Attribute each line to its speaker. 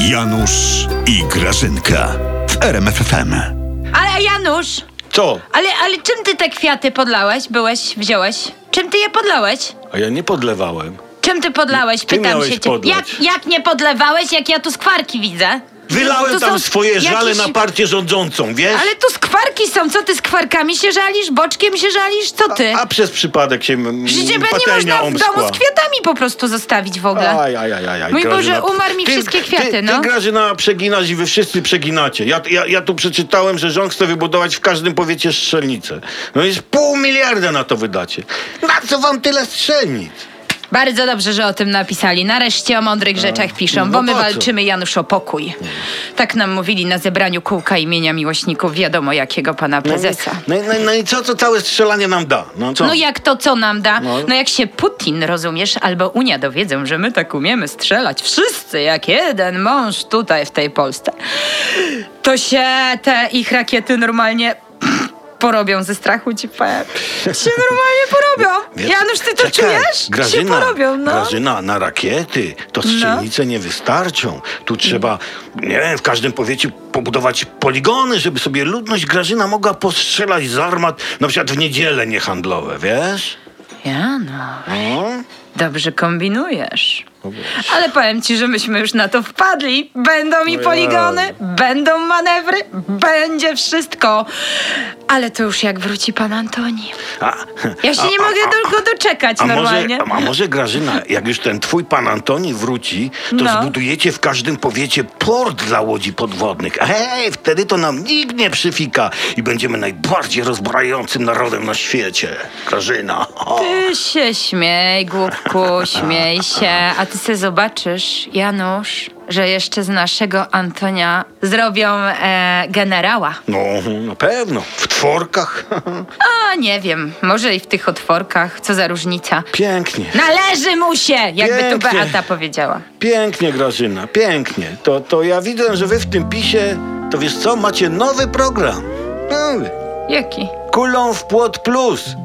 Speaker 1: Janusz i Grażynka w RMFFM.
Speaker 2: Ale Janusz,
Speaker 3: Co?
Speaker 2: ale, ale czym ty te kwiaty podlałeś, byłeś, wziąłeś? Czym ty je podlałeś?
Speaker 3: A ja nie podlewałem.
Speaker 2: Czym ty podlałeś?
Speaker 3: Ty
Speaker 2: Pytam
Speaker 3: miałeś
Speaker 2: się cię.
Speaker 3: podlać.
Speaker 2: Jak, jak nie podlewałeś, jak ja tu skwarki widzę?
Speaker 3: Wylałem
Speaker 2: To są
Speaker 3: tam swoje żale
Speaker 2: jakieś-
Speaker 3: na partię rządzącą, wiesz?
Speaker 2: Ale tu skwarki są, co ty z kwarkami się żalisz, boczkiem się żalisz, co ty?
Speaker 3: A przez przypadek się m- m-
Speaker 2: Przecież nie
Speaker 3: patelnia
Speaker 2: można w
Speaker 3: omskła.
Speaker 2: domu z kwiatami po prostu zostawić w ogóle.
Speaker 3: Aj, aj, aj, aj, aj,
Speaker 2: Mój
Speaker 3: Grażyna.
Speaker 2: Boże, umarł mi
Speaker 3: Ty-
Speaker 2: wszystkie
Speaker 3: ty,
Speaker 2: kwiaty,
Speaker 3: ty,
Speaker 2: no.
Speaker 3: Ty, Grażyna, przeginasz i wy wszyscy przeginacie. Ja, ja, ja tu przeczytałem, że rząd chce wybudować w każdym powiecie strzelnicę. No jest pół miliarda na to wydacie. Na co wam tyle strzelnic?
Speaker 2: Bardzo dobrze, że o tym napisali. Nareszcie o mądrych rzeczach piszą,
Speaker 3: no
Speaker 2: bo my
Speaker 3: po co?
Speaker 2: walczymy, Janusz, o pokój. Tak nam mówili na zebraniu kółka imienia miłośników, wiadomo jakiego pana prezesa.
Speaker 3: No, i- no, i- no i co to całe strzelanie nam da? No, co?
Speaker 2: No jak to, co nam da?
Speaker 3: No.
Speaker 2: No jak się Putin, rozumiesz, albo Unia dowiedzą, że my tak umiemy strzelać, wszyscy jak jeden mąż tutaj w tej Polsce, to się te ich rakiety normalnie porobią ze strachu, ci powiem. Się normalnie porobią.
Speaker 3: Wiesz,
Speaker 2: Janusz, ty to
Speaker 3: czekaj,
Speaker 2: czujesz?
Speaker 3: Grażyna,
Speaker 2: się porobią, no.
Speaker 3: Grażyna, na rakiety to strzelnice nie wystarczą. Tu trzeba, nie wiem, w każdym powiecie pobudować poligony, żeby sobie ludność Grażyna mogła postrzelać z armat, na przykład w niedzielę niehandlowe, wiesz?
Speaker 2: Janusz.
Speaker 3: No.
Speaker 2: Dobrze kombinujesz. Ale powiem ci, że myśmy już na to wpadli. Będą i
Speaker 3: No
Speaker 2: poligony, będą manewry, będzie wszystko. Ale to już jak wróci pan Antoni.
Speaker 3: A,
Speaker 2: Ja się
Speaker 3: a-
Speaker 2: nie
Speaker 3: a-
Speaker 2: mogę
Speaker 3: a-
Speaker 2: tylko doczekać
Speaker 3: a może,
Speaker 2: normalnie.
Speaker 3: a może Grażyna, jak już ten twój pan Antoni wróci, to
Speaker 2: No.
Speaker 3: zbudujecie w każdym powiecie port dla łodzi podwodnych. Hej, wtedy to nam nikt nie przyfika i będziemy najbardziej rozbrajającym narodem na świecie. Grażyna. O.
Speaker 2: Ty się śmiej, głupku, śmiej się. A ty se zobaczysz, Janusz, że jeszcze z naszego Antonia zrobią e, generała.
Speaker 3: No, na pewno. W tworkach.
Speaker 2: A nie wiem, może i w tych otworkach, co za różnica.
Speaker 3: Pięknie.
Speaker 2: Należy mu się, jakby tu
Speaker 3: Pięknie.
Speaker 2: Beata powiedziała.
Speaker 3: Pięknie, Grażyna, pięknie. To, to ja widzę, że wy w tym pisie, to wiesz co, macie nowy program. Nowy.
Speaker 2: Jaki?
Speaker 3: Kulą w płot plus.